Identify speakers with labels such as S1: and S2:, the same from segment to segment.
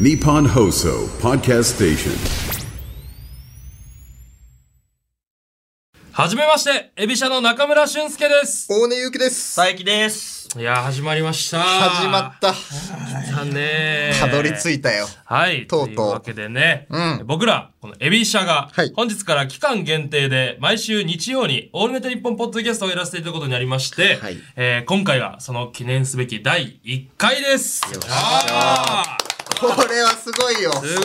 S1: Nippon Hoso Podcast Station.
S2: はじめまして、エビシャの中村俊介です。
S3: 大根ゆうきです。
S4: 佐伯です。
S2: いやー、始まりました。
S3: 始まった。
S2: たねー。
S3: たどり着いたよ。
S2: はい。
S3: とうとう
S2: いうわけでね、
S3: うん
S2: 僕ら、このエビシャが
S3: はい、
S2: 本日から期間限定で、毎週日曜に、オールネット日本ポッドキャストをやらせていただくことになりまして、
S3: はい
S2: えー今回はその記念すべき第1回です。あー
S3: これはすごいよ。
S2: すごい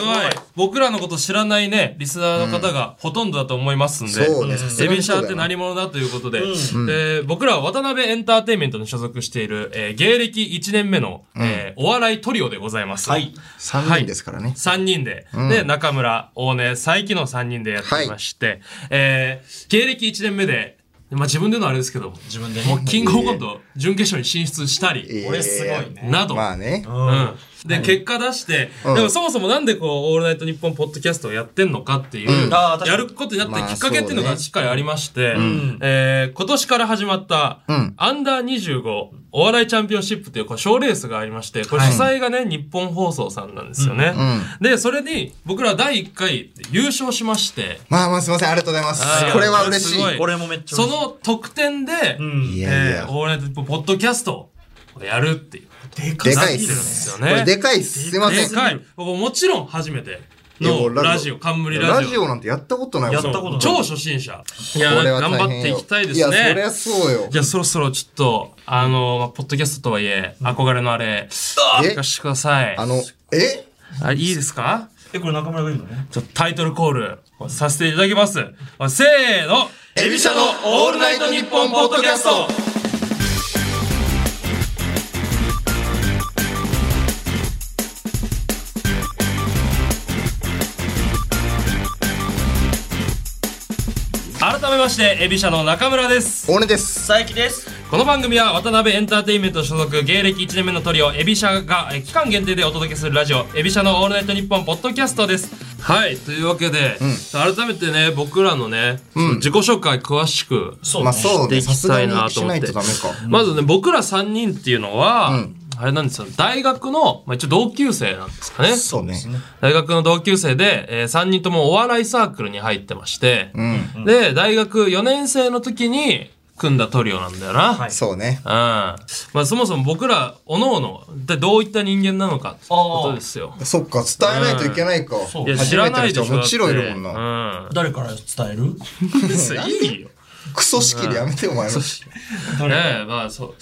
S2: 僕らのこと知らないね、リスナーの方がほとんどだと思いますんで、
S3: そうねさす
S2: エ
S3: がに
S2: ビシ
S3: そ
S2: ャ
S3: う
S2: ーっ
S3: だ
S2: て
S3: よな
S2: 何者だということで、で僕らは渡辺エンターテインメントに所属している、えー芸歴1年目の、えーお笑いトリオでございます。
S4: はい。
S3: 三人ですからね。
S2: 3人で、で、中村、大根、佐伯の3人でやっていまして、えー芸歴1年目で、まあ自分でのあれですけど、自
S4: 分でね
S2: もうキングオブコント準決勝に進出したり、
S3: えー
S4: 俺すごいね。
S2: など、
S3: まあね。
S2: うん。で、結果出して、
S3: ん
S2: でもそもそもなんでこう、オールナイトニッポンポッドキャストをやってんのかっていう、
S4: んあー確かに
S2: やることになったきっかけっていうのが
S3: まあそうね
S2: しっかりありまして、えー今年から始まった、アンダー25お笑いチャンピオンシップというこう賞レースがありまして、これ主催がね、日本放送さんなんですよね。で、それに僕ら第1回優勝しまして、
S3: まあまあすいません。ありがとうございます
S2: はい。
S3: これは嬉し
S2: すご
S3: い。
S4: 俺もめっちゃ
S2: その得点で、
S3: いやい
S2: えー
S3: や。
S2: オールナイトニッポンポッドキャストをやるっていう。
S4: でか
S3: でかい
S2: なって
S3: っ
S2: るんですよ
S3: す。こ
S2: ね
S3: れでかいっす。すいませ
S2: で
S3: ん。
S2: かい。僕もちろん初めて
S3: い
S2: の
S3: や
S2: ラジオ、冠ラ
S3: ラ
S2: ジ
S3: ジ
S2: オ。
S3: オなんてやったことない
S4: や
S3: わ。
S4: っ
S3: こ
S4: たことない
S2: 超初心者。いや、
S3: れは
S2: 頑
S3: 大
S2: 張っ
S3: 変
S2: てい
S3: よ
S2: きたいで
S3: い
S2: す
S3: や、そり
S2: ね
S3: ゃ。そうよ
S2: じ。ゃあそろそろちょっと、あの、まあポッドキャストとはいえ、憧れのあれ、聞かせてください。
S3: あの、え
S2: あいいですか
S4: え、これ中村がいいのね。
S2: ちょっとタイトルコールさせていただきます。せーの
S3: エビシャのオールナイトニッポンポッドキャスト
S2: 改めまして、エビシャの中村です。
S3: 大根です。
S4: 佐伯です。
S2: この番組は渡辺エンターテインメント所属芸歴1年目のトリオエビシャがえー期間限定でお届けするラジオエビシャのオールナイトニッポンポッドキャストですはいというわけで、改めてね僕らのね、自己紹介詳しく
S4: う
S3: まあそ
S2: し
S3: う
S2: て
S3: ね。
S2: い
S3: さ
S2: き
S3: すが
S2: たい
S3: に
S2: なと
S3: し
S2: 思
S3: な
S2: っ
S3: い
S2: て
S3: とダメか。
S2: まずね僕ら3人っていうのは、あれなんですよ大学の、まあ、一応同級生なんですかね
S3: そうね。
S2: 大学の同級生で、え3人ともお笑いサークルに入ってまして、で大学4年生の時に組んだトリオなんだよな、
S3: そうね。
S2: うんまあそもそも僕ら、おのおの、でどういった人間なのかってことですよ。
S3: そっか、伝えないといけないか。
S4: う
S2: いや、知
S3: 初
S2: ら
S3: めて
S2: な
S3: の
S2: いで
S3: 人
S2: しょ。
S3: はもちろんいるもんな。
S2: な。うん。
S4: 誰から伝える
S2: いいよ。
S3: クソ式でやめてお前の。
S2: ねえ、まあそう。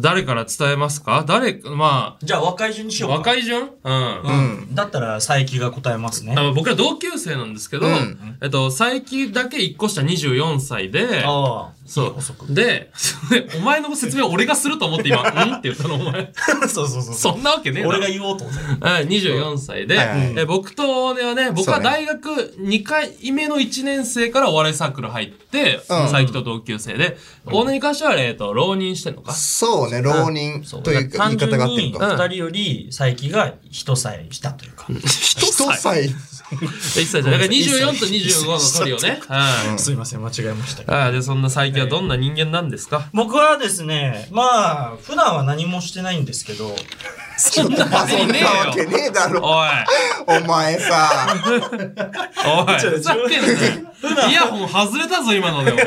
S2: 誰から伝えますか誰、ま
S4: じゃあ、若い順にし
S2: あ、
S4: ようか。
S2: 若い順うん。
S4: うん。だったら、佐伯が答えますね
S2: あ。の僕ら同級生なんですけど、
S3: ん
S2: えっと、最近だけ1個下24歳で、
S4: あ
S2: そう。で、 お前の説明を俺がすると思って今、うんって言ったのお前。
S4: あ。そうそうそう。
S2: そんなわけねえだろ
S4: 俺が言おうと思って。
S2: はい、24歳で、
S3: はいはい
S2: え僕とねはね、僕は
S3: そうね
S2: 大学2回目の1年生からお笑いサークル入って、
S3: うん
S2: 佐伯と同級生で、大根に関しては、えっと、浪人してんのか。
S3: そうね、浪人という言い方があってる
S4: に
S3: か。
S4: 2人より佐伯が1歳したとい うか。
S2: 一
S3: 一歳
S2: 1歳じゃない。だから24と25のトリオね。はい
S4: すいません、間違えました。
S2: ああ、で、そんな佐伯はどんな人間なんです か
S4: 僕はですね、まあ、普段は何もしてないんですけど、
S2: そんなわけ
S3: そん
S2: ね
S3: なわ
S2: え
S3: け
S2: よ。
S3: ねえだろ。
S2: おい、
S3: お前さ、
S2: おい、
S4: ちょ
S2: ふざけんなよイヤホン外れたぞ、今ので、お前。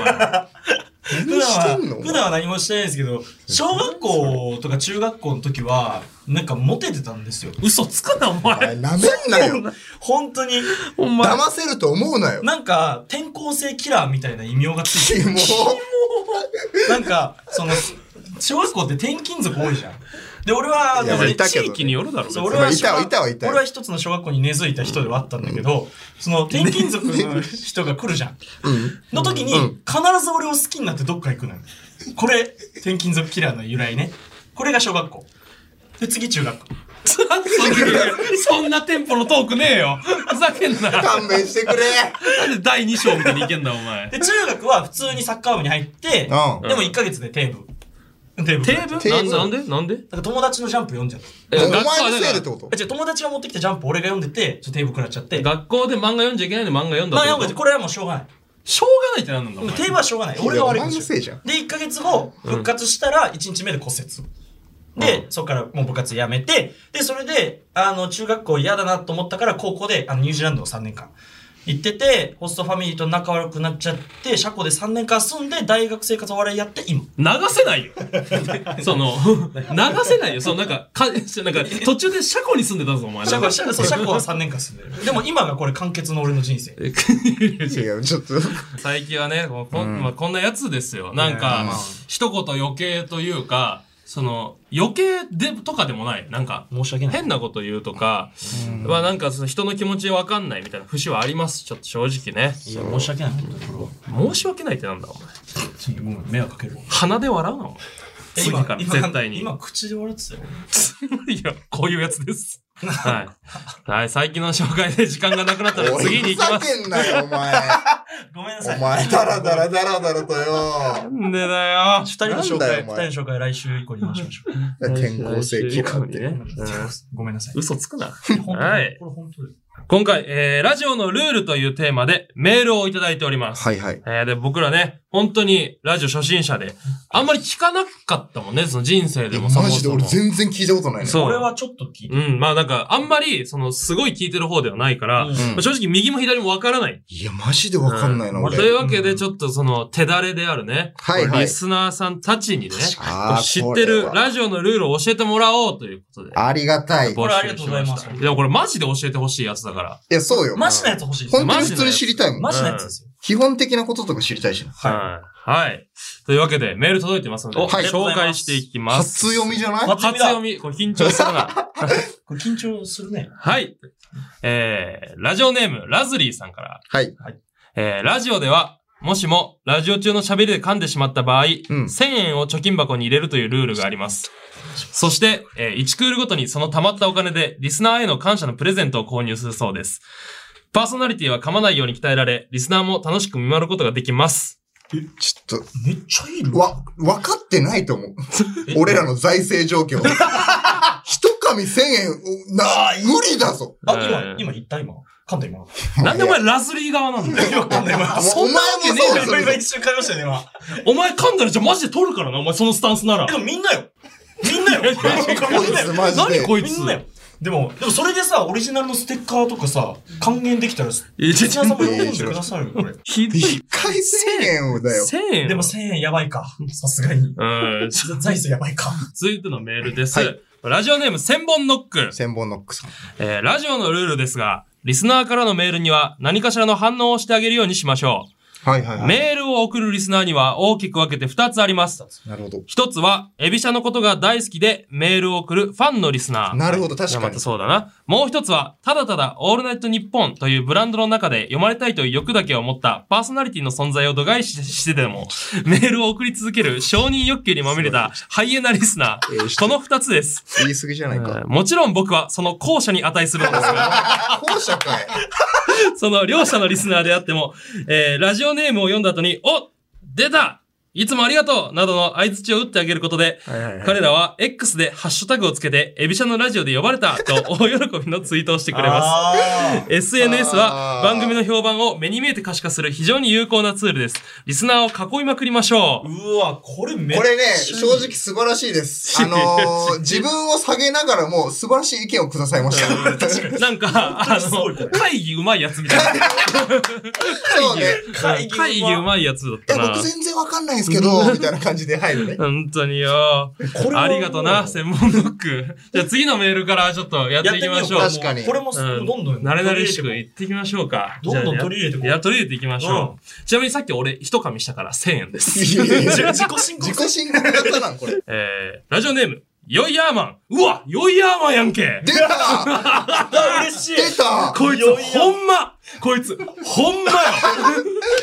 S4: 普段は、
S3: 何してんの
S4: 普段は何もしてないんですけど、小学校とか中学校の時は、なんかモテてたんですよ。
S2: 嘘つくな、お前。
S3: なめんなよ。
S4: 本当に。
S2: お前。
S3: 騙せると思うなよ。
S4: なんか、転校生キラーみたいな異名がつい
S3: キ
S4: て る。
S3: モ
S4: なんか、その、小学校って転勤族多いじゃん。で、俺は、
S3: いや
S4: でもね
S3: いたけど
S2: 地域によるだろ、別
S4: そう
S2: に
S4: 俺は
S3: まあいた
S4: 小
S3: わ
S4: 学
S3: いたわいたわ
S4: 俺は一つの小学校に根付いた人ではあったんだけど、その転勤族の人が来るじゃん。の時に、必ず俺を好きになってどっか行くのよ。これ、転勤族キラーの由来ね。これが小学校。で、次中学校。
S2: そんなテンポのトークねえよ。ふざけんな。なん
S3: 勘弁してくれ。
S2: で第2章みたいにいけんだ、お前。
S4: で、中学は普通にサッカー部に入って、でも
S3: うん
S4: 1ヶ月で定部。定部。
S2: テーブ
S3: テ
S2: ル
S3: ーブル
S2: なんでなんで
S4: なんか友達のジャンプ読んじゃった。
S2: え
S3: お
S2: 学
S3: 前
S2: 校は
S3: のせいでってこと
S4: あ違う友達が持ってきたジャンプ俺が読んでて、ちょっとテーブル食らっちゃって。まあ、
S2: 学校で漫画読んじゃいけないの漫画読んだって
S4: なん
S2: こ
S4: か
S2: と
S4: これはもうしょうがない。
S2: しょうがないってなんなんだ、お
S4: でも
S2: 前。
S4: テーブルはしょうがない。俺が悪い
S3: いや
S4: ん
S3: お前のせい
S4: で
S3: じ
S4: す
S3: ゃ
S4: よ
S3: ん。
S4: で、1ヶ月後、復活したら1日目で骨折。で、そこからもう部活辞めて、で、それで、あの、中学校嫌だなと思ったから、高校で、あの、ニュージーランドを3年間行ってて、ホストファミリーと仲悪くなっちゃって、社交で3年間住んで、大学生活お笑いやって、今。
S2: 流せないよ その、流せないよ。そのなんか、か、なんか、途中で車庫に住んでたぞ、お前。
S4: 社
S2: なんか
S4: 交、社交、社交は3年間住ん でる。でも今がこれ完結の俺の人生。
S3: いや、ちょっと。
S2: 最近はね、ここ,、まあ、こんなやつですよ。なんか、一言余計というか、その、余計で、とかでもない。なんか、
S4: 申し訳ない。
S2: 変なこと言うとか、まあなんかその人の気持ちわかんないみたいな節はあります。ちょっと正直ね。
S4: いや、申し訳ない。本当にこ
S2: 申し訳ないってなんだ、お前。
S4: れはちょっとごめん迷惑かけるわ。
S2: 鼻で笑うな、お前。次
S4: 今
S2: から
S4: 今
S2: 絶対に。
S4: 今、口で笑ってたよ。
S2: いや、こういうやつです。はい。はい、最近の紹介で時間がなくなったの
S3: お
S2: で
S3: い
S2: 次に行きま
S3: ふざ
S2: す。
S3: けんなよ、お前。
S4: ごめんなさい。
S3: お前、ダラダラダラダラとよ。
S2: なんでだよ。
S4: 二人の紹
S3: なんだ
S4: 介、
S3: よ
S4: 二
S3: お前
S4: 人の紹介来週以降に回しましょう。
S3: 転校生気があって。
S2: ね。
S4: ごめんなさい。
S2: 嘘つくな。
S4: 本当
S2: は
S4: に
S2: い
S4: これ本当です。
S2: 今回、えー、ラジオのルールというテーマでメールをいただいております。
S3: はいはい。
S2: えー、で、僕らね、本当にラジオ初心者で、あんまり聞かなかったもんね、その人生でもそも
S3: マジで
S2: そも
S3: 俺。全然聞いたことないね。
S2: そう。
S4: これはちょっと聞いて。
S2: うん、まあなんか、あんまり、その、すごい聞いてる方ではないから、
S4: うん
S2: まあ正直右も左もわからない。
S3: いや、マジでわかんないな、
S2: うん
S3: 俺。
S2: というわけで、ちょっとその、手だれであるね、
S3: はいはい
S2: リスナーさんたちにね、
S3: あー
S2: 知ってる
S3: これは
S2: ラジオのルールを教えてもらおうということで。
S3: ありがたい。い
S4: これありがとうございま
S2: 募
S4: す
S2: 集ししたでもこれマジで教えてほしいやつだから。
S3: や、そうよ。
S4: マジなやつ欲しいです
S3: 本
S4: ね。
S3: 当に普通に知りたいもん。
S4: マジなやつですよ。
S3: 基本的なこととか知りたいしな。
S2: はい。はい。というわけで、メール届いてますので、
S3: おはい
S2: 紹介していきます。
S3: 初読みじゃない
S4: 初
S2: 初読み。これ緊張する な。
S4: これ緊張するね。
S2: はい。えー、ラジオネーム、ラズリーさんから。
S3: はい。
S2: えー、ラジオでは、もしも、ラジオ中の喋りで噛んでしまった場合、
S3: ん
S2: 1000円を貯金箱に入れるというルールがあります。そして、えー、1クールごとにその貯まったお金で、リスナーへの感謝のプレゼントを購入するそうです。パーソナリティは噛まないように鍛えられ、リスナーも楽しく見守ることができます。
S3: ちょっ
S4: めっちゃいい
S3: と、
S4: の
S3: わ、分かってないと思う。俺らの財政状況。一紙千円、おな、無理だぞ。
S4: あ、
S2: え
S4: 今
S2: ー、
S4: 今言った今。噛んだ今。
S2: なんでお前ラズリー側なんだよ。
S4: 今噛んだ今。
S3: そんなわけねえだろ
S4: 今今一瞬噛みましたよね、今。
S2: お前噛んだらじゃあマジで取るからな、お前そのスタンスなら
S4: え。でもみんなよ。みんなよ。こ
S3: こいつマジで。
S2: 何こいつ
S4: みんなよ。でも、でもそれでさ、オリジナルのステッカーとかさ、還元できたら、
S2: いやちょ
S4: リスナーさんも喜んでくださいよ、これ。
S2: ひど
S3: 一
S2: い。
S3: 回千円をだよ。
S2: 1000円。
S4: でも1000円やば いか。さすがに。
S2: うん、ちょ
S4: 財政やばいか。
S2: 続いてのメールです。
S3: はい
S2: ラジオネーム千本ノック、
S3: 千本ノックさん。
S2: えーラジオのルールですが、リスナーからのメールには何かしらの反応をしてあげるようにしましょ。
S3: はいはいうはい。
S2: メールを送るリスナーには大きく分けて2つあります。
S3: なるほど。
S2: 1つは、エビシャのことが大好きでメールを送るファンのリスナー。
S3: なるほど、
S2: いや
S3: 確か
S2: また
S3: に。
S2: そうだな。もう一つは、ただただ、オールナイトニッポンというブランドの中で読まれたいという欲だけを持ったパーソナリティの存在を度外視してでも、メールを送り続ける承認欲求にまみれたハイエナリスナ
S3: えー
S2: ー。この二つです。
S3: 言い過ぎじゃないか。
S2: もちろん僕はその後者に値するのですが、
S3: 後者かい。
S2: その両者のリスナーであっても、えーラジオネームを読んだ後に、お出たいつもありがとうなどの相槌を打ってあげることで、彼らは X でハッシュタグをつけて、エビシャのラジオで呼ばれた と大喜びのツイートをしてくれます。
S4: あ
S2: SNS
S3: あ
S2: は
S3: ー
S2: 番組の評判を目に見えて可視化する非常に有効なツールです。リスナーを囲いまくりましょ
S4: ーうわ、これめっちゃ
S3: こ
S4: い
S3: れ
S4: い
S3: ね、正直素晴らしいです。あのー、自分を下げながらも素晴らしい意見をくださいました。
S2: う。なんか、あ
S4: すごいこれ
S2: の、会議うまいやつみたいな。
S3: そうね。
S4: 会議
S2: 会議うまいやつだっ
S3: え、
S2: たな
S3: 僕。全然わかんないんですけど、みたいな感じで入るね。
S2: 本当によ
S4: れ。は
S2: ありがとな、専門ノック。 じゃあ次のメールからちょっとやっていきましょう。
S4: やっ
S3: 確
S4: てみよ
S3: かに
S4: これも
S2: うん
S4: どんどん。
S2: 慣れ慣れしく
S4: 取り入れて
S2: いっていきましょうか。
S4: どんどん取り入れてこう
S2: じゃあやいや、取り入れていきましょ
S4: う
S2: う。ちなみにさっき俺一噛みしたから1000円です。
S3: いやいやいや
S4: こう自己申告
S3: 自己申告型なん、これ。
S2: えー、ラジオネーム、ヨイヤーマン。うわ、ヨイヤーマンやんけ。
S3: 出た
S4: あ嬉しい。
S3: 出た
S2: こい
S4: いや
S2: つ、
S4: いや
S2: ほんまこいつ、ほんまよ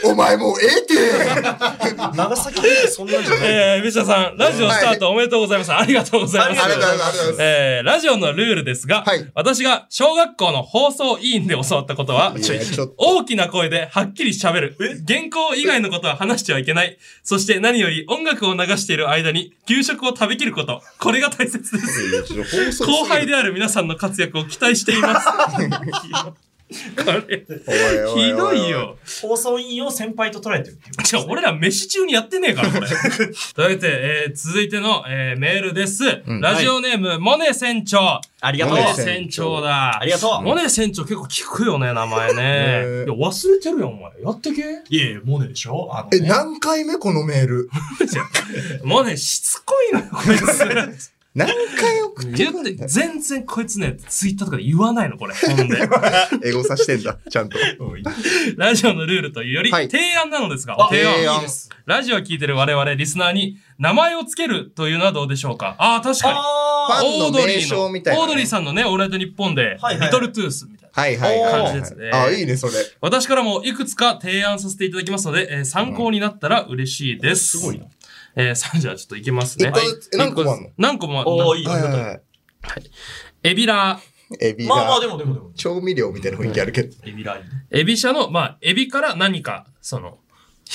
S3: お前もうええて
S4: 長崎ってそんなんじゃない。
S2: えー、ビシャさん、ラジオスタートおめでとうございます。ありがとうございます。
S3: ありがとうございますありがとうございます
S2: えー、ラジオのルールですが、
S3: はい
S2: 私が小学校の放送委員で教わったことは、
S3: いやちょっと
S2: 大きな声ではっきり喋る。原稿以外のことは話してはいけない。そして何より音楽を流している間に給食を食べきること。これが大 切です。後輩である皆さんの活躍を期待しています。
S3: お
S2: ひど
S3: お
S2: い。よ。
S4: 放送委員を先輩と捉えてるっていう。
S2: じゃあ、俺ら飯中にやってねえから、 これ。というわけで、えー続いての、えーメールです。ラジオネーム、モネ船長。
S5: ありがと
S2: モ
S5: う。
S2: ネ
S3: モネ
S2: 船長だ。
S5: ありがとう
S2: モネ船長結構聞くよね、名前ね。
S3: へー
S2: いや、忘れてるよ、お前。やってけ。
S4: いやいや、モネでしょあの、
S3: え、
S4: ね、
S3: 何回目このメール。
S2: モネ、しつこいのよ、こいつ。
S3: 何回送って
S2: 言って、全然こいつね、ツイッターとかで言わないの、これ。ほんで。
S3: エゴさしてんだ、ちゃんと。
S2: ラジオのルールというより、
S3: はい
S2: 提案なのですが、
S4: あ
S2: 提
S3: 提
S2: 案。
S3: 案
S4: いいです。
S2: ラジオを聞いてる我々、リスナーに、名前をつけるというのはどうでしょうかああ、確かに。
S4: あ
S3: ファンの
S2: オードリ
S3: 名
S2: ーの、
S3: 称みたいなね
S2: オードリーさんのね、オールナイトニッポンで、
S4: はいはい
S2: リトルトゥースみたいな。
S3: はいはいはいは
S2: 感じ
S3: い
S2: ですね。
S3: あ、いいね、それ。
S2: 私からもいくつか提案させていただきますので、えー参考になったら嬉しいです。
S4: すごいな。
S2: えー、 さんじゃあちょっといきますね。
S3: 一個ずつえ何個もあんの
S2: 何個もあ
S4: あ。おーいい
S3: はいはい
S4: よ。
S3: はい。
S2: エビラ
S3: エビ
S4: まあまあ、
S3: が
S4: でもでもでも。
S3: 調味料みたいな雰囲気あるけど。
S4: エビライン。
S2: ー、エビ社の、まあ、エビから何か、その、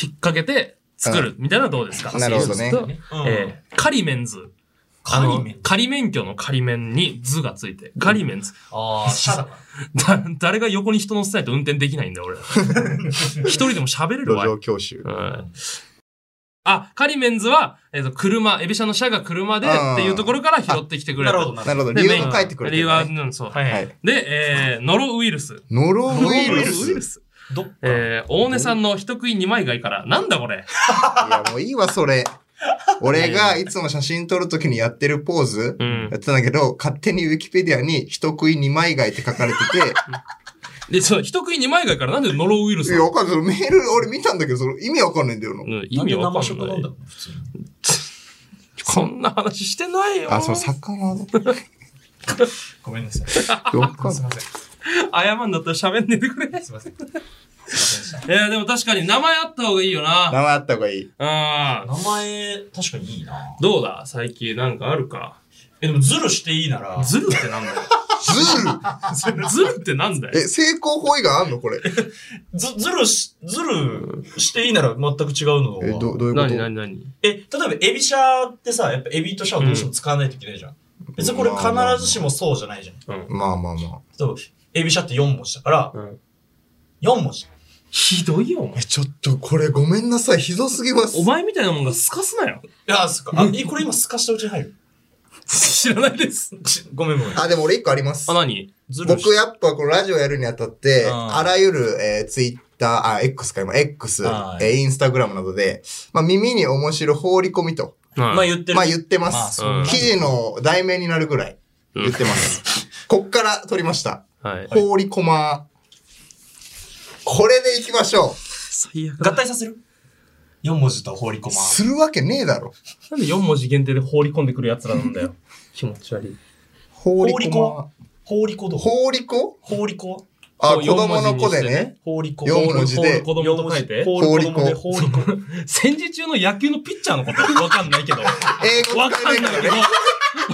S2: 引っ掛けて作るみたいなのはどうですか、
S3: うんなるほどね
S2: そうする
S4: うん
S2: とえー、仮免図。あの
S4: 仮面。
S2: 仮免許の仮免に図がついて、仮免図。
S4: ああ、シャだから。
S2: だ、誰が横に人乗せないと運転できないん だよ、俺。一人でも喋れる
S3: 路
S2: わ。
S3: 上教習。
S2: うんあ、カリメンズは、えっ、と、車、エビシャの車が車で
S3: あー
S2: っていうところから拾ってきてくれ
S4: な
S2: た
S4: るほど、な
S3: な
S4: る
S3: る
S4: ほ
S3: ほど、
S2: で
S3: 理由
S2: メイン
S3: も書いてくれて
S2: 理
S3: る
S2: 由
S3: ね、
S2: は、うん、そう、はい、
S3: はい
S2: で、えー、ノロウイルス。
S3: ノロウイル
S2: ノ
S3: ス。
S2: ロウイル
S3: い
S2: ス。
S4: ど。どっか。
S2: えー、大根さんの人食い二枚貝から、なんだこれ。
S3: や、もういいわ、それ。俺がいつも写真撮るときにやってるポーズ
S2: うん
S3: やってたんだけど、勝手にウィキペディアに人食い二枚貝って書かれて
S2: で、その人食い二枚貝からなんでノロウイルス
S3: て、い
S2: な
S3: や、
S2: の
S3: わかんない。そのメール俺見たんだけど、その意味わかんないんだよな。
S2: うん意
S4: なん
S2: 味
S4: で
S2: わか
S4: 生
S2: ん
S4: 食
S2: な
S4: なんだろ
S2: い。
S4: うね普通に。
S2: そんな話してないよ。
S3: あ、その 魚の。
S4: ごめんなさい。すい
S3: わかんない
S4: ません。す
S2: 謝んだったら喋んねえでくれ。
S4: いません。すいませんでした。
S2: えー、でも確かに名前あった方がいいよ
S3: 名
S2: な。
S3: 前あった方がいい。
S2: あ
S4: 名前、確かにいいな。
S2: どうだ最近なんかあるか。
S4: え、でもズルしていいなら、
S2: ズルってなんだよ。
S3: ズ ル
S2: ズルってなんだ
S3: え、
S2: よ。
S3: 成功法以外あんのこれ。
S4: ずズルし、ズルしていいなら全く違うのは
S3: え、ど、どういうこ
S2: なにな
S3: と
S2: になに
S4: え、例えばエビシャってさ、やっぱエビとシャをどうしても使わないといけないじゃん。別にこれ必ずしもそうじゃないじゃん。
S3: まあまあま
S4: 例えば、エビシャって4文字だから、
S2: うん
S4: 4文字。
S2: ひどいよ、お
S3: あ。
S2: 前
S3: え、ちょっとこれごめんなさい。ひどすぎます。
S2: お前みたいなもんがすかすなよ。
S4: いや、すか。あ、え、これ今すかしたうちに入る。
S2: 知らないです。
S4: しごめんごめん。
S3: あ、でも俺一個あります
S2: あ、。なに
S4: ずるし
S3: 僕やっぱこのラジオやるにあたって、
S4: うん
S3: あらゆる、えー、ツイッター、あ、X か今、X、え
S4: はい
S3: ー、インスタグラムなどで、まあ耳に面白放り込みと、
S4: まあ言ってる。
S3: まあ言ってま
S4: まあ
S3: す。
S4: そう
S2: うん
S3: 記事の題名になるぐらい言って ます。こっから取りました。
S2: はい。
S3: 放り込まこれでいきましょう。
S2: 最悪
S4: 合体させる ?4 文字と放り込まん。
S3: するわけねえだろ。
S2: なんで4文字限定で放り込んでくる奴らなんだよ。 気持ち悪い。
S3: 放り
S4: 放り
S3: 込
S4: 込
S3: ま。
S4: 放り込どう
S3: 放り込
S4: 放り込
S3: あ、
S2: そう
S3: 子供の子で
S2: 四文字にして
S3: ね
S2: ね。
S4: 放り込
S3: 四文字で
S2: 子供と書いて。
S4: 放り込で
S3: 放
S4: 放り込。
S2: 戦時中の野球のピッチャーのことわかんないけ ど。わ
S3: 英語使
S2: か
S3: え
S2: ん
S3: な
S2: ないい
S3: か
S2: け
S3: ら
S2: ど
S3: ね。。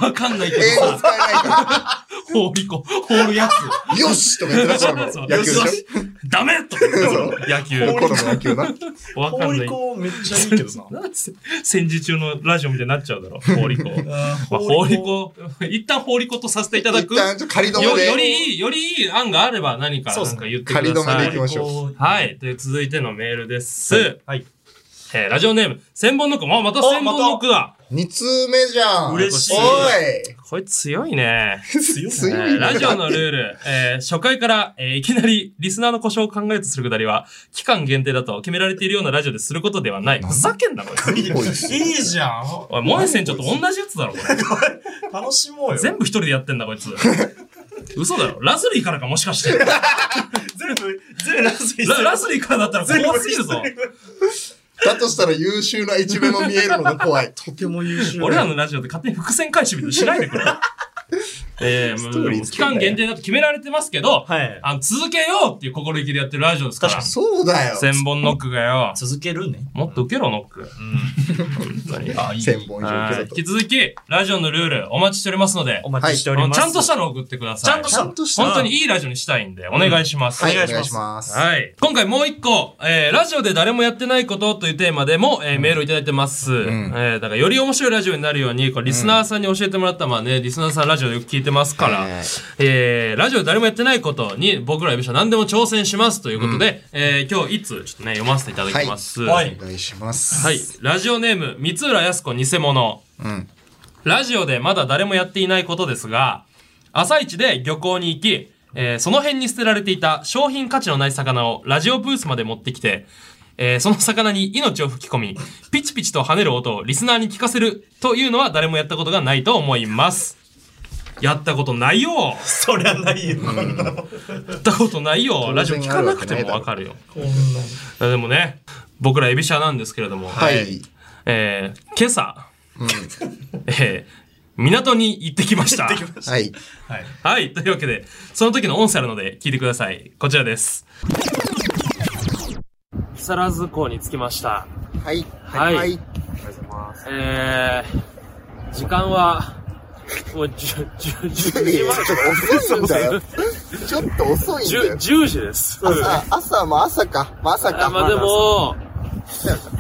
S2: わかんないけど
S3: 英語
S2: さ。
S3: 使えないか
S2: 放り込、放るやつ。
S3: ら。よしとか言 ってらっしゃるの。野球でし
S2: よ
S3: ょ
S2: しよしダメとか言ってた野球。
S3: コロの野球な。
S2: わか
S4: 放
S2: ん
S4: り
S2: ない。
S4: 込めっちゃいいけど な。
S2: なんつ戦時中のラジオみたいになっちゃうだろ、法理子。まあ、法
S4: 放
S2: 理
S4: り
S2: 子、一旦法理子とさせていただく。
S3: 一旦
S2: よ
S3: ちょっと仮止めで。
S2: よりいい、よりいい案があれば何か、
S4: そうっ
S2: な
S4: す
S2: ん
S4: ね
S2: か言ってくだ
S3: 仮止め
S2: さ
S3: でいき
S2: い。
S3: ましょ
S2: はい。で、続いてのメールです。
S4: はい。
S2: えーラジオネーム、千本ノック。あ、また千本ノックだ。
S3: 二通目じゃん。
S4: 嬉しい
S3: お
S2: これ強いね。
S3: い。強い。
S2: え
S3: 強
S2: ー
S3: い。
S2: ラジオのルール、えー初回から、えーいきなりリスナーの故障を考えるとするくだりは、期間限定だと決められているようなラジオですることではない。ふざけんな、これ。
S3: おい
S4: いいじゃん。
S2: おい、萌え船長と同じやつだろ、これ。
S4: 楽しもうよ。
S2: 全部一人でやってんだ、こいつ。嘘だろ。ラズリーからか、もしかして。
S4: 全部、全部ラス
S2: ララズリーからだったら怖すぎるぞ。
S3: だとしたら優秀な一面も見えるのが怖い。
S4: とても優秀
S2: 俺らのラジオで勝手に伏線回収みたいなのしないでくれ。えー、
S3: トーリ
S2: も
S3: ー
S2: う期
S3: 作んなよ
S2: 間限定だと決められてますけど、
S4: はい
S2: あの続けようっていう心意気でやってるラジオですから。
S3: そうだよ。
S2: 千本ノックがよ。
S4: 続けるね。
S2: もっと受けろ、ノック。
S4: あ、いい。
S3: 千本以上
S2: はい
S3: 受
S2: 引
S3: け
S2: き
S3: ると。
S2: 続き、ラジオのルールお待ちしておりますので、
S4: お待ちしております。
S2: あのちゃんとしたの送ってください。
S4: ちゃんとしたのちゃんとした
S2: 本当にいいラジオにしたいんで、お願いします。
S3: はい、お願いします。
S2: はい。今回もう一個、えー、ラジオで誰もやってないことというテーマでも、えーメールをいただいてます。えーだからより面白いラジオになるように、これリスナーさんに教えてもらった、まあね、リスナーさんラジオよく聞いてますから、えーラジオで誰もやってないことに僕ら呼び者何でも挑戦しますということで、えー今日いつちょっとね読ませていただきます。
S4: はいはい
S3: お願いします。
S2: はい。ラジオネーム、三浦康子偽物。ラジオでまだ誰もやっていないことですが、朝一で漁港に行き、えーその辺に捨てられていた商品価値のない魚をラジオブースまで持ってきて、えーその魚に命を吹き込み、ピチピチと跳ねる音をリスナーに聞かせるというのは誰もやったことがないと思います。やったことないよ
S4: そりゃないよ、こんなの。 こ
S2: やったことないよラジオ聞かなくてもわかるよ。
S4: んな
S2: でもね、僕らエビシャなんですけれども、
S3: はい。
S2: えー今朝、 えー港に行ってきました。
S4: の。
S3: はい。
S4: はい。
S2: はい、というわけで、その時の音声あるので聞いてください。こちらです。木更津港に着きました。
S3: はい。
S2: はい
S3: はい。
S2: えー、時間は、もう10、10、。
S3: いやいやちょっと遅いんだよちょっと遅いんだよ。
S2: 10時です。
S3: 朝、朝、まあ朝か。まあ朝か。
S2: まあでも、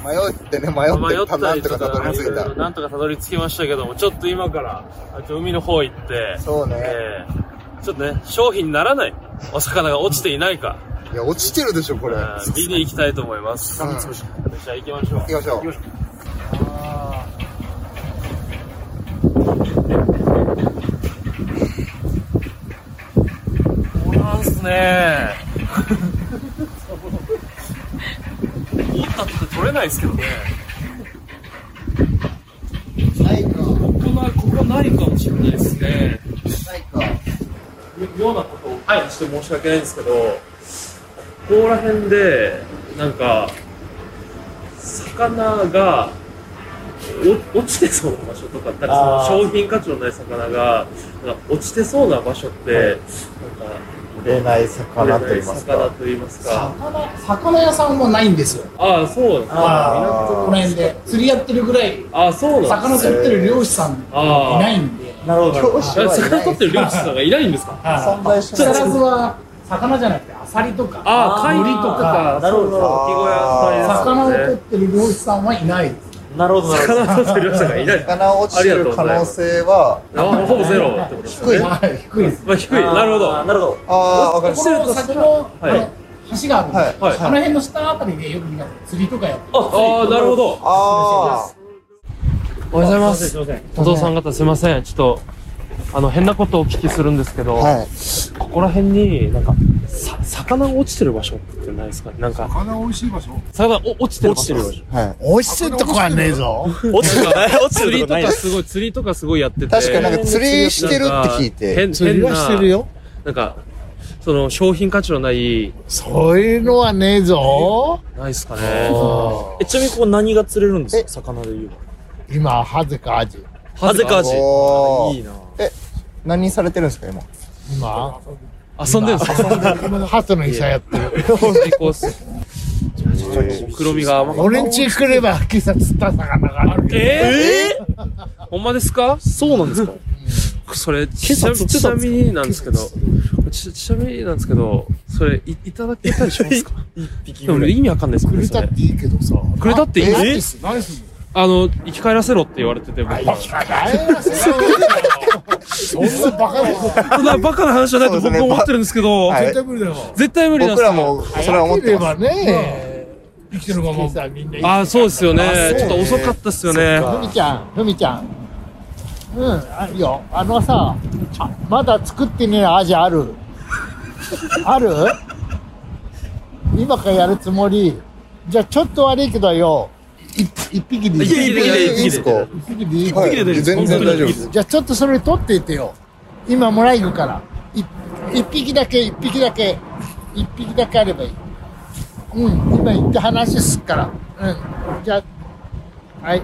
S3: 迷ってね、迷
S2: 迷
S3: っ、
S2: ってた
S3: な
S2: り
S3: ん
S2: と
S3: と
S2: か
S3: かたどり着いた。
S2: なんとかたどり着きましたけども、ちょっと今から、あちょ海の方行って、
S3: そうね
S2: えーちょっとね、商品にならない、お魚が落ちていないか、
S3: いや、落ちてるでしょ、これ。
S2: あー見に行きたいと思います。
S3: うん
S2: じゃあ行きましょう。
S3: 行きましょう。
S2: おらんすねおったって取れないですけどね。
S3: ないか。
S2: ここな、ここないかもしれないですね。
S3: ないか。
S2: ようなことを関して申し訳ないんですけど、ここら辺で、なんか、魚が、お落ちてそうな場所とか、なんか
S4: あー
S2: その商品価値のない魚が、なんか落ちてそうな場所って、なんか、
S5: 売れない魚と言います
S2: 魚
S5: か。
S2: と言いますか。
S6: 魚魚屋さんもないんですよ、
S2: ああ、そうなんです
S6: あ
S2: か。
S6: ここら辺で、釣りやってるぐらい、
S2: ああ、そうなんです
S6: 魚釣ってる漁師さんい
S2: ああ
S6: ないんで、
S5: なるほど。
S2: え魚取ってる漁師さんがいないんです か
S5: 存在し
S6: 木
S5: ない
S6: 更。津は魚じゃなくて、アサリとか、
S2: ああ、貝
S6: 海苔とか、
S5: なるほど。
S6: 魚を取
S2: 魚
S6: ってる漁師さんはいないです。
S5: なるほど。
S2: を取ってる漁師さんがい ない。
S5: 魚落ちてる可能性は、
S2: あほぼゼロってことですね。
S6: はい低いです。
S2: まあ、低い。なるほど。
S5: なるほど。ああ、わかりま
S6: こ
S5: した。
S6: の先の、あ
S2: はい
S6: の橋があるんで、
S5: はい
S2: はい
S6: あの辺の下あたりでよくみんな釣りとかやってる。
S2: ああ、なるほど。
S5: あ
S2: おはようございます。お父さん方すいません。ちょっと、あの、変なことをお聞きするんですけど、
S5: あ、はい。
S2: ここら辺に、なんか、さ、魚が落ちてる場所ってないですかなんか。魚美味しい場所魚お落ちてる場所。
S7: 落ちてるとこはねえぞ。
S2: 落ちてる場所。
S5: 落ちてる
S2: 釣り
S5: とことないで
S2: か
S5: す
S2: すごい、釣りとかすごいやってて。
S5: 確かになんか釣りしてるって聞い
S2: 変
S5: て。
S2: な
S7: 釣りはしてるよ。
S2: なんか、その、商品価値のない、
S7: そういうのはねえぞ。
S2: ないですかね。
S8: えちなみにここ何が釣れるんです
S5: え
S8: か魚で言う
S7: 今、ハゼかアジ。
S8: ハゼカジ
S5: お
S8: いい
S5: ー。
S8: な
S5: え、何されてるんですか、今。
S7: 今、
S2: 遊んでるんですか
S7: ハトの医者やってる。
S2: 最高っす。黒身が甘かっ
S7: 俺ん家来れ ば今朝釣った魚がある
S2: た。
S7: け
S2: えぇほんまですか
S8: そうなんですか
S2: それ、ちなみにちなみになんですけど、ちちなみになんですけど、それ、いいただけたりしますか
S8: 一匹
S2: で
S8: ぐ
S2: も
S8: らい
S2: 意味わかんないです
S7: ど。
S2: こ
S7: く
S2: れ
S7: れ
S2: そ
S7: た
S2: れ
S7: っていいけどさ。
S2: くれたっていい
S7: え
S2: え
S7: 何すんの
S2: あの、生き返らせろって言われてて、僕は。
S7: そんなバカなこと
S2: そんなバカな話じゃないと僕思ってるんですけど、
S5: はい
S7: 絶対無理だよ。
S2: 絶対無理なんで
S5: 僕
S2: す
S5: ら
S2: よ。
S5: も、それは思っ
S7: 早け
S5: て
S7: れ
S5: ま
S7: ば
S5: す。
S7: ね。生きてるまま。みんな生きてるから
S2: ああ、そうですよね。ちょっと遅かったですよね。
S7: ふみちゃん、ふみちゃん。うん、あいいよ。あのさ、あまだ作ってねえアジある。ある今からやるつもり。じゃあちょっと悪いけどよ、い一匹でいい。
S2: いやいやいやいや
S5: いいですかは
S7: 一匹でいい。
S5: い。全然大丈夫です。
S7: じゃあちょっとそれ取っていてよ。今もらい行くから。い一匹だけ、一匹だけ、一匹だけあればいい。うん、今行って話すっから。うん、じゃあ、はい。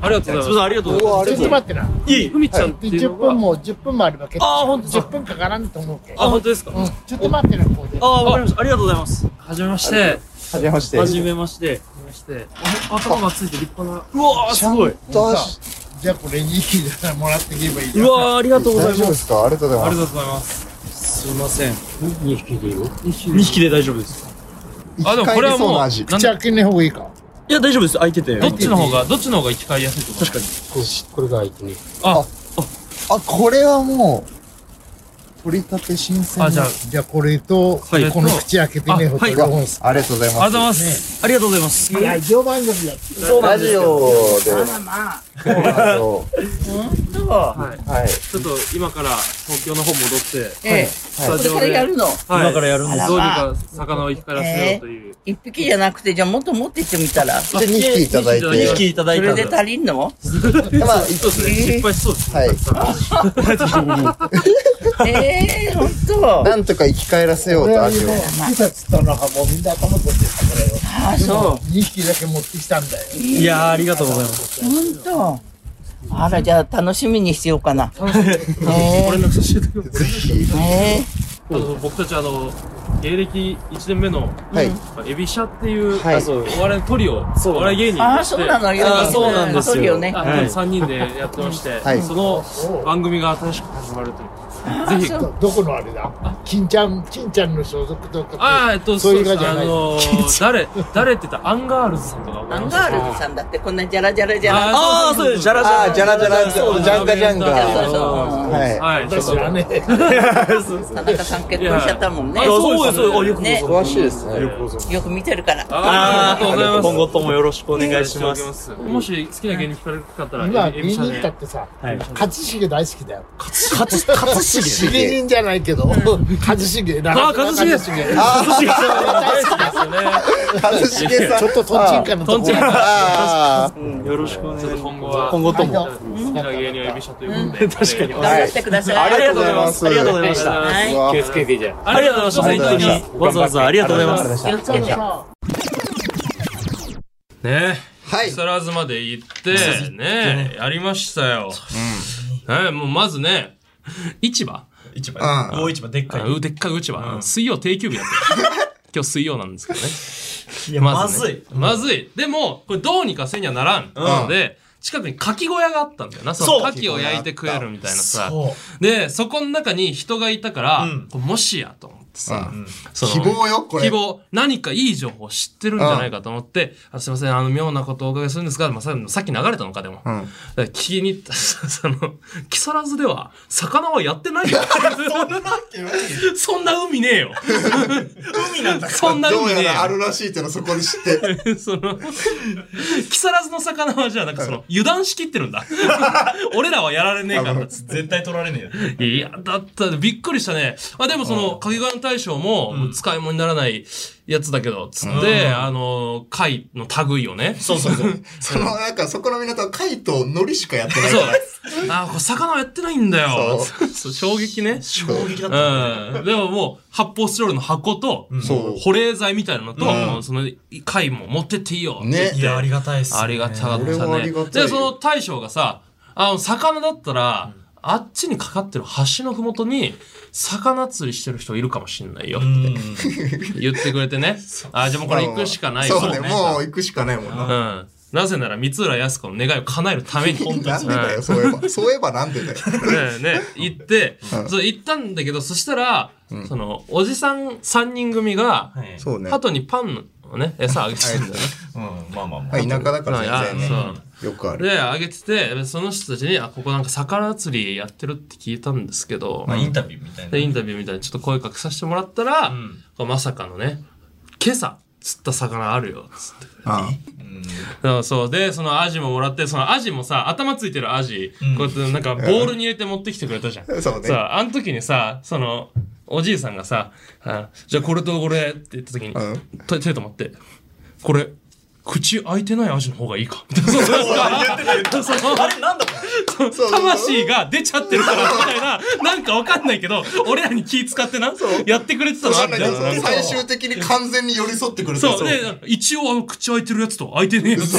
S2: ありがとうございます。
S8: ありがとうございます
S7: ちょっと待ってな。
S2: ふみちゃんっていう
S7: 10
S2: のが
S7: 分、も10分もあれば結構
S8: あーほんとだ
S7: 10分かからんと思うけど
S2: あ、本当ですか
S7: うん、ちょっと待ってなこうで
S8: ああわかりましたありがとうございます
S2: はじめまして。
S5: はじめまして。
S8: はじめまして
S2: まして。頭がついて立派な。うわー
S5: ちゃんと、
S7: じゃあこれいいからもらっていけばいいじゃ
S8: うんわーありがとうござ
S5: 大
S8: い
S5: 丈夫
S8: ま
S5: ですすかありがとうございます。
S2: とうございます。
S8: すいません2匹でいいよ2匹で大丈夫です
S2: あ、でもこれは
S5: 生き返りそう
S2: もう、
S5: な
S2: なん
S5: 味
S7: 口開けない方がいいか
S8: いや大丈夫です開いてて
S2: どっちの方が、どっちの方が生き返りやすいってこと確かに。
S8: これが開いてね
S2: あ、
S5: あ、これはもう、取り立て新鮮な
S2: あじゃあ
S7: じゃあこれと、
S2: い
S7: この口開けてね、
S2: あ
S7: ホ
S2: は
S7: テ
S2: い
S7: ルホンス。
S5: ありがとうござい
S2: あ
S5: ま
S2: りがとうございます。ありがとうございます。
S7: いや、常番組だって。
S4: そうなんですよ。
S5: す。
S7: ま
S5: ラジ
S7: あまあ。
S5: オで、そうなんで
S2: はい。
S5: すはい。
S2: ちょっと今から東京の方戻って、
S9: ええ。
S2: スタ
S9: こ
S2: ジ
S9: れ
S2: オ
S9: から
S2: で、
S9: やるの
S2: はい、今からやるん
S9: です
S2: どうにか魚を生き返らせようという。
S9: 一匹じゃなくて、じゃあもっと持ってってみたら。
S5: ちょっと2匹いただいて、
S2: あ
S5: ま
S2: いや
S9: 二
S2: い
S9: 匹
S2: いただ
S9: それで足りんの
S5: あ、
S2: そうですね。失敗しそうですね。
S5: はい
S9: ええ、ほんと。
S5: なんとか生き返らせよう
S7: 俺
S5: と
S7: はもう、
S5: 味を。
S7: 今朝釣ったのはもうみんな頭取ってた、これを。
S9: ああ、そ
S7: 2匹だけ持ってきたんだよ。
S8: いやーありがとうございます。
S9: う。ほんと。あら、じゃあ楽しみにしようかな。
S2: ご連絡させていただきます。
S9: ええ。
S2: あの僕たちあの、芸歴1年目の、
S5: はい。
S2: エビシャっていう、
S5: はい
S2: あそうお笑いのトリオ、お笑い芸人
S9: あ
S2: と
S9: あ、
S2: し
S9: そう
S2: て、
S9: なのよ。
S8: あーそうなんですよ
S9: そうよね。
S2: あ
S9: あ
S8: はい
S2: 3人でやってまして、
S5: はい
S2: その番組が新しく始まるという。
S9: あ、
S2: ぜひ
S9: そう。
S7: どこのあれだ金ちゃん、金ちゃんの所属と
S2: あ
S7: か。
S2: あ、えっと、
S7: そういう感
S2: です
S7: じじ
S2: あ
S7: ゃない
S2: のー、誰、誰って言ったら、アンガールズさんとか思
S9: ア
S2: い
S9: ン
S2: まし
S9: ガ
S2: た
S9: ールズさんだってこんなジャラジャラジャラ。
S2: あーそうですジャラジ
S5: あー、ジャラジャラ、ジャンガジャンガ。
S9: そうそうそう
S5: は
S2: はい、
S7: 私はね、
S9: 田中さん結婚しちゃったもんね。
S8: あそうですそうですあよく
S9: ね
S5: い。、詳しいですね。
S9: よく見てるから。
S2: あーありがとうございます。
S8: 今後ともよろしくお願いしま
S2: お願い
S8: す。
S2: しますもし好きな芸人聞かれる方ったら、
S7: 今、
S2: エ
S7: 芸
S2: ビシャ
S7: 人
S2: で
S7: だってさ、
S8: はい。
S7: 勝重大好きだよ。
S8: 勝つ、勝つし
S7: 茂人じゃないけど、一茂な。
S2: あー一茂
S5: あ
S2: 大好きですよね。
S5: ー、一茂さん。
S7: ちょっとトンチンカンの
S2: と
S7: と
S2: ん
S7: こ
S2: ち
S7: ろ。
S2: ゃん。
S5: あ
S8: よろしくお願いし
S2: ちょっと
S8: ます。
S2: 今後は、
S8: 今後とも。
S2: 好きな芸人はエビシャということで。
S8: 確かに
S2: お
S9: 頑
S2: 願いし
S9: 張ってください。
S5: ありがとうございます
S8: ありがとうございました。
S2: ます。
S9: はい。
S5: ー。
S10: つけてじゃん。
S2: ありがとうございました。本
S8: 本当にわざわざありがとうございます。
S9: 気をつけて。
S2: 当に。ね
S5: はい
S2: 木。更津まで行って、ねやりましたよ。はい、もうまずね、市場
S4: 市場
S5: ああ
S4: 大市場でっか
S2: あ
S4: い。
S2: うでっかい市場。水曜定休日だった。今日水曜なんですけどね。
S4: いや、まずい。
S2: まずい。でも、これどうにかせにはならん。ので、近くに牡蠣小屋があったんだよな。その
S4: そう
S2: 牡蠣を焼いて食えるみたいなさ。
S4: そう。
S2: で、そこの中に人がいたから、
S4: うん
S2: こうもしやと思ってさ、その
S3: 希望よ、これ。
S2: 希。望、何かいい情報を知ってるんじゃないかと思って、あすいません、あの、妙なことをお伺いするんですが、まあ、ささっき流れたのか、でも。だから聞きに行った、その、木更津では、魚はやってないよ。そんな海ねえよ。海なんだそんな
S3: どう
S2: 海ね
S3: や
S2: えよ
S3: らあるらしいってのそこで知って。
S2: その、木更津の魚はじゃあ、なんかその、油断しきってるんだ。 俺らはやられねえからっつっ
S4: 絶対取られねえよ。
S2: て。いや、だったらびっくりしたね。まあでもその、かけがえの大将も、使い物にならないやつだけど、つって、あの、貝の類をね。 そうそうそう。
S3: その、なんか、そこの港は貝と海苔しかやってない
S2: そう
S3: から。。
S2: あ、これ魚はやってないんだよ。そう衝撃ね。
S4: 攻撃だった。
S2: うん。でももう、発泡スチロールの箱と、
S3: そう
S2: 保冷剤みたいなのと、その、貝も持ってっていいよ。
S3: ね
S4: いや、ありがたいっすね。
S2: ありがたかっ
S3: 俺はあ
S2: たね。
S3: りがたい
S2: で、その大将がさ、あの、魚だったら、あっちにかかってる橋のふもとに、魚釣りしてる人いるかもしんないよって言ってくれて ね。あ、じゃあもうこれ行くしかないよ
S3: そうね、もう行くしかないもん
S2: う
S3: な。
S2: ん。なぜなら、三浦靖子の願いを叶えるために。
S3: なんでだよ、そういえば。そういえばなんでだよ。
S2: ねね、行って、そう、行ったんだけど、そしたら、その、おじさん3人組が、
S4: はい
S5: そうね。
S2: 鳩にパンをね、餌あげてるんだよね。
S4: うん、まあまあま
S5: まあ田舎だか
S2: うんあ
S5: ら全然
S2: そう
S5: ね。よくある。
S2: で、あげてて、その人たちに、あ、ここなんか魚釣りやってるって聞いたんですけど、
S4: あ。まあ、インタビューみたいな。
S2: で、インタビューみたいにちょっと声かけさせてもらったら、
S4: ん
S2: こうまさかのね、今朝釣った魚あるよ、つって。
S5: あ
S2: そうそう。で、そのアジももらって、そのアジもさ、頭ついてるアジ、こうやってなんかボールに入れて持ってきてくれたじゃん。
S5: そうね
S2: さあ、あの時にさ、その、おじいさんがさ、あじゃあこれとこれって言った時に、と手止まって、これ、口開いてないアジの方がいいか。 みたいなそうなんかその
S4: あれ、なんだこ
S2: そう魂が出ちゃってるからみたいな、なんかわかんないけど、俺らに気使ってな、やってくれてたのあ
S3: な
S2: る
S3: ん
S2: じ
S3: だ
S2: ゃん
S3: けど
S2: なんか
S3: 最終的に完全に寄り添ってくれて
S2: そう。で、一応あの口開いてるやつと開いてねえやつ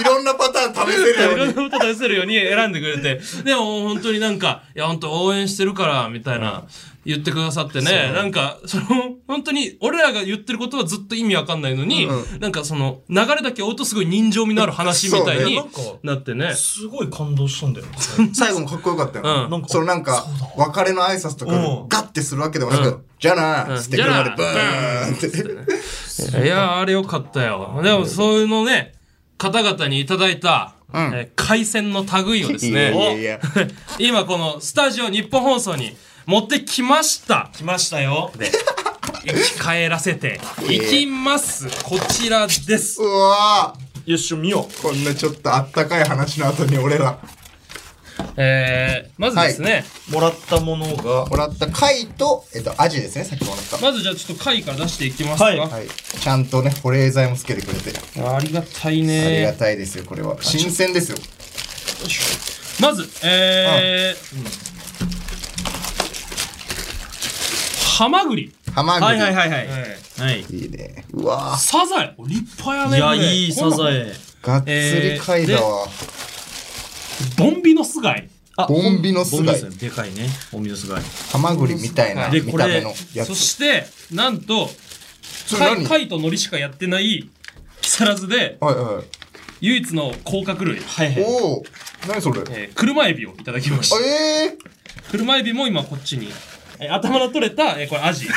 S3: いろんなパターン試せ
S2: い
S3: るよ
S2: ろ
S3: うに
S2: ん。なこと出せるように選んでくれて、でも本当になんか、いや本当応援してるから、みたいな、言ってくださってね、なんか、その、本当に俺らが言ってることはずっと意味わかんないのに、なんかその、流れだけ追うとすごい人情味のある話みたいに
S4: そうねなんか
S2: なってね
S4: れ。すごい感動したんだよ。
S3: 最後もかっこよかったよ。
S2: う
S3: そのなんか、別れの挨拶とか
S4: うん、
S3: ガッてするわけでもなく、じゃあな
S2: うん
S3: ーっつって車でブ
S2: じゃあな
S3: ーンって。
S2: いや、あれよかったよ。でも、そういうのね、方々にいただいた、えー海鮮の類をですね、
S3: いやいやいや
S2: 今このスタジオ日本放送に持ってきました。
S4: 来ましたよ。
S2: 生き返らせていきます。こちら です。
S3: うわ
S4: よっしょ、見よ
S3: ーこんなちょっとあったかい話の後に俺ら
S2: えー、まずですね、
S4: う。もらったものが。
S3: もらった貝と、えっと、アジですね、さっきもらった。
S2: まずじゃあちょっと貝から出していきますか。
S4: はい
S3: はい。ちゃんとね、保冷剤もつけてくれて。
S2: ありがたい
S3: ありが
S2: ね。
S3: たいですよ、これは。新鮮ですよ。
S2: まず、えー、ハマグリ。
S3: ハマグリ。
S8: はいはい。はい。
S3: い。いいね。うわぁ、
S2: サザエ。立派やね。
S8: いや、
S2: これ
S8: いいサザエ。
S3: がっつり貝だわ。
S2: ボンビノス貝。
S8: あ
S3: ボンビノス貝
S8: ボンビノスでかいね。ボンビノス貝。
S3: ハマグリみたいな
S8: で
S3: 見
S8: こ
S3: た
S8: れ
S3: 目のや
S2: そ
S3: つ。
S2: して、なんと、
S3: それ
S2: 貝
S3: 何
S2: 貝と海苔しかやってない、木更津で
S3: はいはい。
S2: 唯一の甲殻類、
S8: はいはい。
S3: おお何それあ、
S2: えー車エビをいただきました。
S3: え
S2: 車エビも今こっちに。えー頭の取れた、えーこれアジ。
S3: ー、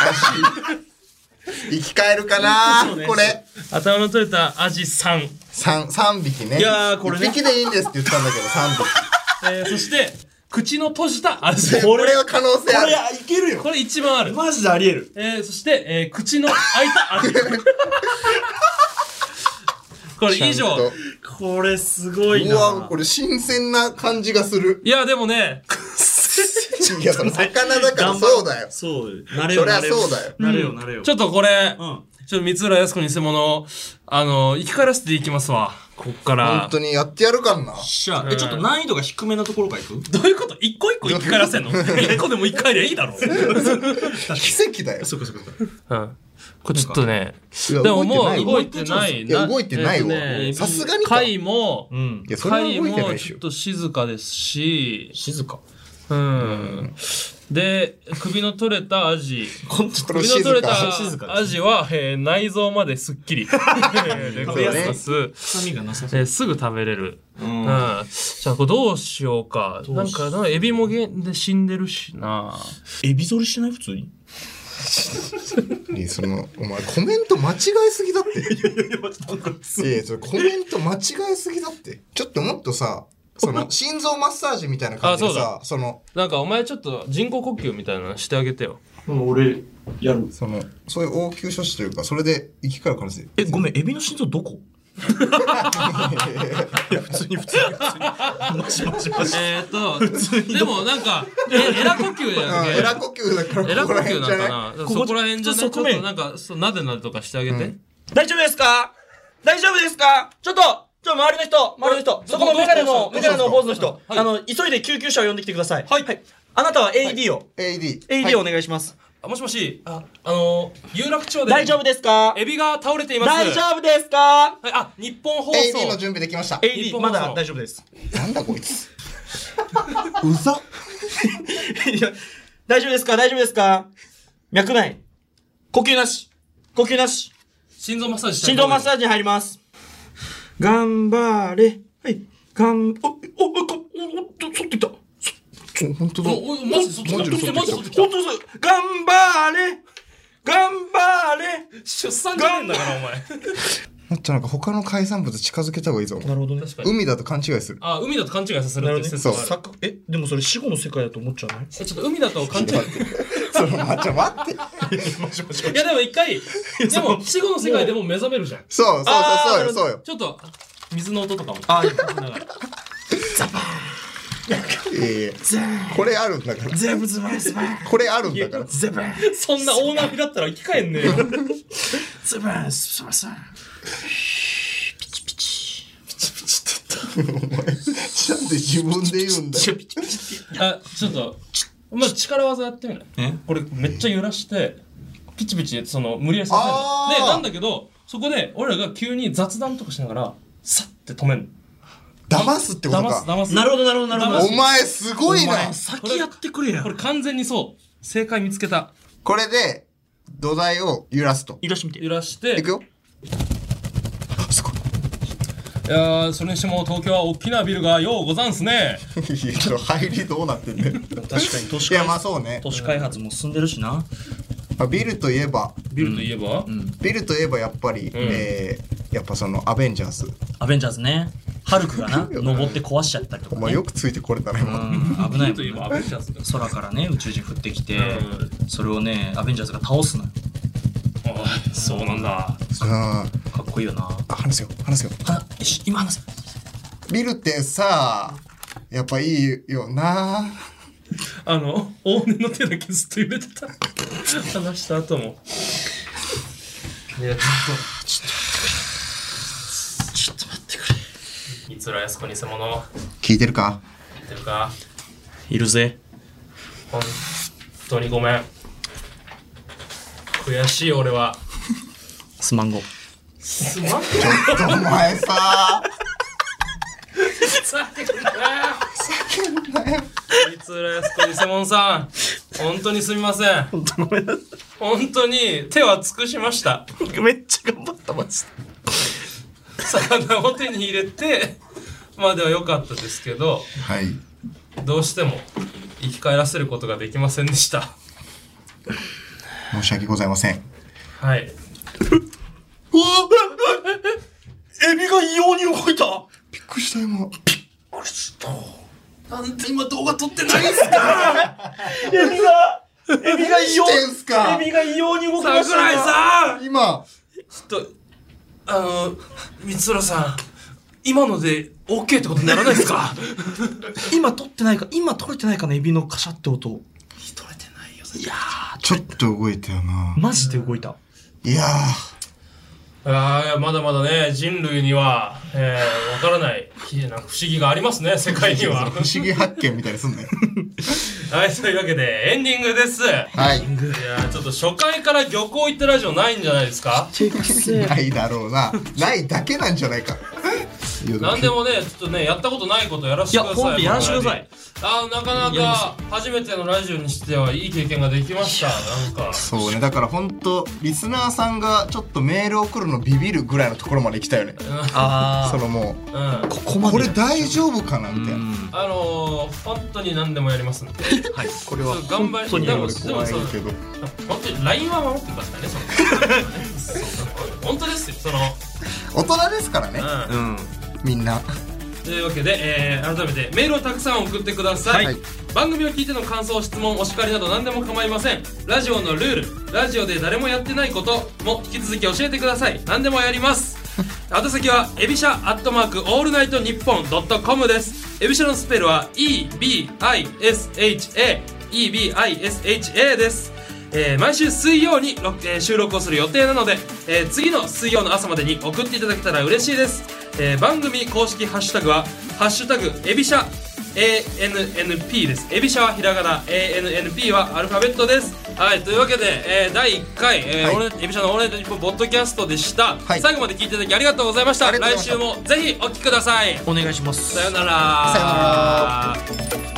S3: 生き返るかな
S2: そうね
S3: これ。
S2: 頭の取れたアジ3。
S3: 三、三匹ね。
S8: いやーこれね
S3: 一匹でいいんですって言ったんだけど、三匹。
S2: えーそして、口の閉じたアジ。
S3: これは可能性ある。
S4: いけるよ。
S2: これ一番ある。
S4: マジでありえる。
S2: えー、そして、えー、口の開いた アジ。これ以上。
S4: これすごいな。
S3: うわ、これ新鮮な感じがす る。
S2: いや、でもね、
S3: いや、その魚だからそうだよ。
S8: そう。なれよ。
S3: そりゃ
S8: なれよ
S3: そうだよ
S8: なれよ、なれよ。
S2: ちょっとこれ、
S8: ん
S2: ちょっと三浦靖子偽物、あの、生き返らせていきますわ。こっから。
S3: 本当にやってやるからな。
S8: しゃあ、え、ちょっと難易度が低めなところからいく
S2: どういうこと一個一個生き返らせん の一個でも生き返りゃいいだろ。
S3: 奇跡だよ。
S8: そうかそうかそう
S2: う
S8: か。
S2: ん。これちょっとね、
S3: いや
S2: でももう動
S3: 動
S2: い
S3: い
S2: てない。
S3: いや動いてないわ
S2: えっとね
S3: さすがにか
S2: 貝も、
S3: いや、それは動
S2: 貝
S3: いてない
S2: も
S3: で
S2: ち
S3: し
S2: ょっ
S3: ょ。
S2: と静かですし、
S8: 静か。
S2: うん。で、首の取れたア ジ。
S3: これ
S2: 首の取
S3: 静
S2: れ
S3: か。
S2: たアジは、えー内臓まですっき り。でございます。
S8: 臭みがなさそう。
S2: えーすぐ食べれる。うん。じゃあ、これどうしようか。なんか、なんかエビもげんで死んでるしな。
S8: エビ反りしない普通に
S3: いやその、お前コメント間違えすぎだって。いやいや、それコメント間違えすぎだって。ちょっともっとさ、その、心臓マッサージみたいな感じでさ、その、
S2: なんか、お前ちょっと人工呼吸みたいなのしてあげてよ。
S4: 俺、やる。
S3: その、そういう応急処置というか、それで生き返る可能性。
S8: え、ごめん、エビの心臓どこいや、普通に普通に普通に。マジマジマジ。
S2: えーっと、でもなんか、え、エラ呼吸じゃな
S3: あ
S2: く
S3: ー
S2: て
S3: エ、ラ呼吸だから
S2: エラ
S3: ここ
S2: 呼吸
S3: ら辺
S2: な
S3: じ
S2: の
S3: ゃない
S2: かなそこら辺じゃないちょっ
S8: 側面
S2: となんか、そうなでなでとかしてあげて。
S9: 大丈夫ですか大丈夫ですかちょっと、ちょ、周りの人、周りの人、そこのメガネの、メガネの坊主の人、あの、急いで救急車を呼んできてください。はい。あなたは AED を、
S3: AD。
S9: AED をお願いします。
S2: あ、もしもし、あ、あのー、有楽町で、
S9: 大丈夫ですか
S2: エビが倒れています。
S9: 大丈夫ですか
S2: はい、あ、日本放
S3: AD の
S2: 送。
S3: 準備できました。
S2: 日
S9: ?AED、
S2: 本
S9: ま
S2: 放送
S9: だ大丈夫です。
S3: なんだこいつ。うざ
S9: いや大丈夫ですか大丈夫ですか脈内。呼吸なし。呼吸なし。
S2: 心臓マッサージ
S9: 振動マッサ
S2: ー
S9: ージに入ります。頑張れ。はい。がん、お、お、お、お、お、と、そってきた。
S3: 本当だ。
S2: お、お、マジでそっち
S3: マジで
S2: 来
S3: そ
S2: た。
S3: っ
S2: マ
S3: ち来た
S2: ジでそっち来
S9: 本当そう。頑張れ。頑張れ。
S2: た。出産じゃねえんだから、お前。
S3: もっとなんか他の海産物近づけた方がいいぞ。
S8: るほどね。
S2: 確かに。
S3: 海だと勘違いする。
S2: あ、海だと勘違いさせるっていう説がある。
S8: さえ、でもそれ死後の世界だと思っちゃうね。
S2: え、ちょっと海だと勘違 い。
S3: その、ま、ちょ、待って。
S2: いや、でも一回、でも、死後の世界でも目覚めるじゃん。
S3: そうそうそうそうよ、そうよ。
S2: ちょっと、水の音とかも。あ、ながら。
S3: えー、これあるんだから。
S8: 全部ズバンズバン
S3: これあるんだから。
S8: ズバン
S2: そんな大波だったら生き返んねえよ。
S8: ズバンズバンズバン
S3: なんで自分で言うんだよ。
S2: あ、ちょっと、まあ、力技やってみないこれめっちゃ揺らして、ピチピチ、その、無理やりさ
S3: あ
S2: せ
S3: ー
S2: る。で、なんだけど、そこで、俺らが急に雑談とかしながら、さって止めん
S3: 騙すってこ
S2: の。
S3: と
S2: 騙す、
S3: か。
S2: 騙す。
S8: なるほどなるほどなるほど
S2: 騙す
S3: お前すごいな。
S8: 先やってくれや
S2: これ完全にそう。正解見つけた。
S3: これで、土台を揺らすと。
S8: いらしてみて
S2: 揺らして、
S3: いくよ。 すごい。
S2: いやーそれにしても東京は大きなビルがようござんすね。
S3: いやちょっと入りどうなってんだよ。
S8: 確かに都市
S3: いや、
S8: 開
S3: まあ
S8: 発
S3: そうね。
S8: 都市開発も進んでるしな
S3: まあビルといえば、
S2: ビルといえば、
S3: ビルといえばやっぱり、えーやっぱそのアベンジャーズ。
S8: アベンジャーズね
S9: ハルクがな、登って壊しちゃったりと
S3: お
S9: か
S3: 前
S9: ね。
S3: よくついてこれたね、今。
S9: うん危ない
S2: と
S9: も
S2: い
S9: ん
S2: え
S9: ね
S2: ばアベンジャーズだ
S9: 空からね、宇宙人降ってきて、それをね、アベンジャーズが倒すのよ。
S2: あーそうなんだ。
S3: あ
S9: かっこいいよな。
S3: あ、話すよ、話すよ。
S9: はよし、今話せ。
S3: ビルってさ、やっぱいいよな。
S2: あの、往年の手だけずっと揺れてた。話した後も。いや、ちょっと。ちょっと待ってくれ。いつらやすこ偽物。言
S3: 聞いてるか
S2: ってるか
S9: いるぜ。
S2: 本当にごめん。悔しい俺は。
S9: すまんご。
S3: お前さ、
S2: いつらやすこ偽物さん。本当にすみません。本当本当に手は尽くしました。
S9: めっちゃ頑張った、マジ
S2: 魚を手に入れてまでは良かったですけど
S3: はい。
S2: どうしても生き返らせることができませんでした
S3: 申し訳ございません。
S2: はい
S9: エビが異様に動いた
S3: びっくりした、今。
S2: なんで今動画撮ってないんすか
S9: エビがエビが異様
S3: してんすか
S9: エビが異様に動きました
S2: 桜井さん
S3: 今、
S2: ちょっとあの光浦さん今ので OK ってことにならないですか
S9: 今撮ってないか今撮れてないかなエビのカシャって音撮れてないよいや
S3: ちょっと動いたよな
S9: ー。マジで動いた
S3: いや
S2: あーまだまだね人類にはえー、わからないひなんか不思議があります ね世界には
S3: ー、不思議発見みたいにすんなよ。
S2: はいというわけでエンディングですい
S3: はい。
S2: やーちょっと初回から漁港行ってラジオないんじゃないですか
S3: ないだろうな。ないだけなんじゃないか。いや
S2: なんでもね、ちょっとね、やったことないことやらせてください。
S9: いやほんとやらせてください
S2: あーなかな
S9: やり
S2: か初めてのラジオにしてはいい経験ができました。なんか。
S3: そうねだから本当リスナーさんがちょっとメール送るのビビるぐらいのところまで来たよね
S9: あ
S3: そのも
S2: うん。あ
S9: ここま
S3: う
S9: で
S3: これ大丈夫かなみたいな
S2: のー、本当に何でもやりますんで。
S9: はいこれ
S2: れは頑張り
S9: 本当に
S2: でも
S9: 俺
S2: でも
S3: 怖い
S2: そう
S3: けど
S2: 本当に LINE は守ってくださいね、その そう本当ですよ、その。
S3: 大人ですからね
S2: うん
S9: うん
S3: みんな
S2: というわけで、えー改めてメールをたくさん送ってください、
S3: はい
S2: 番組を聞いての感想質問お叱りなど何でも構いませんラジオのルールラジオで誰もやってないことも引き続き教えてください何でもやります宛先はエビシャアットマークオールナイトニッポンドットコムですエビシャのスペルは EBISHA EBISHA ですえー毎週水曜に録、えー収録をする予定なので、えー次の水曜の朝までに送っていただけたら嬉しいです、えー番組公式ハッシュタグは「ハッシュタグエビシャ ANNP」ですエビシャはひらがな ANNP はアルファベットですはいというわけで、えー第1回、えー
S3: はい
S2: オールナイトエビシャの「オールナイトニッポン」ポッドキャストでした、
S3: はい
S2: 最後まで聞いていただきありがとうございました
S3: ありがとう
S2: 来
S3: ござ
S2: 週
S3: いま
S2: もぜひお聞きください
S9: お願いします
S2: さようなら
S3: さようなら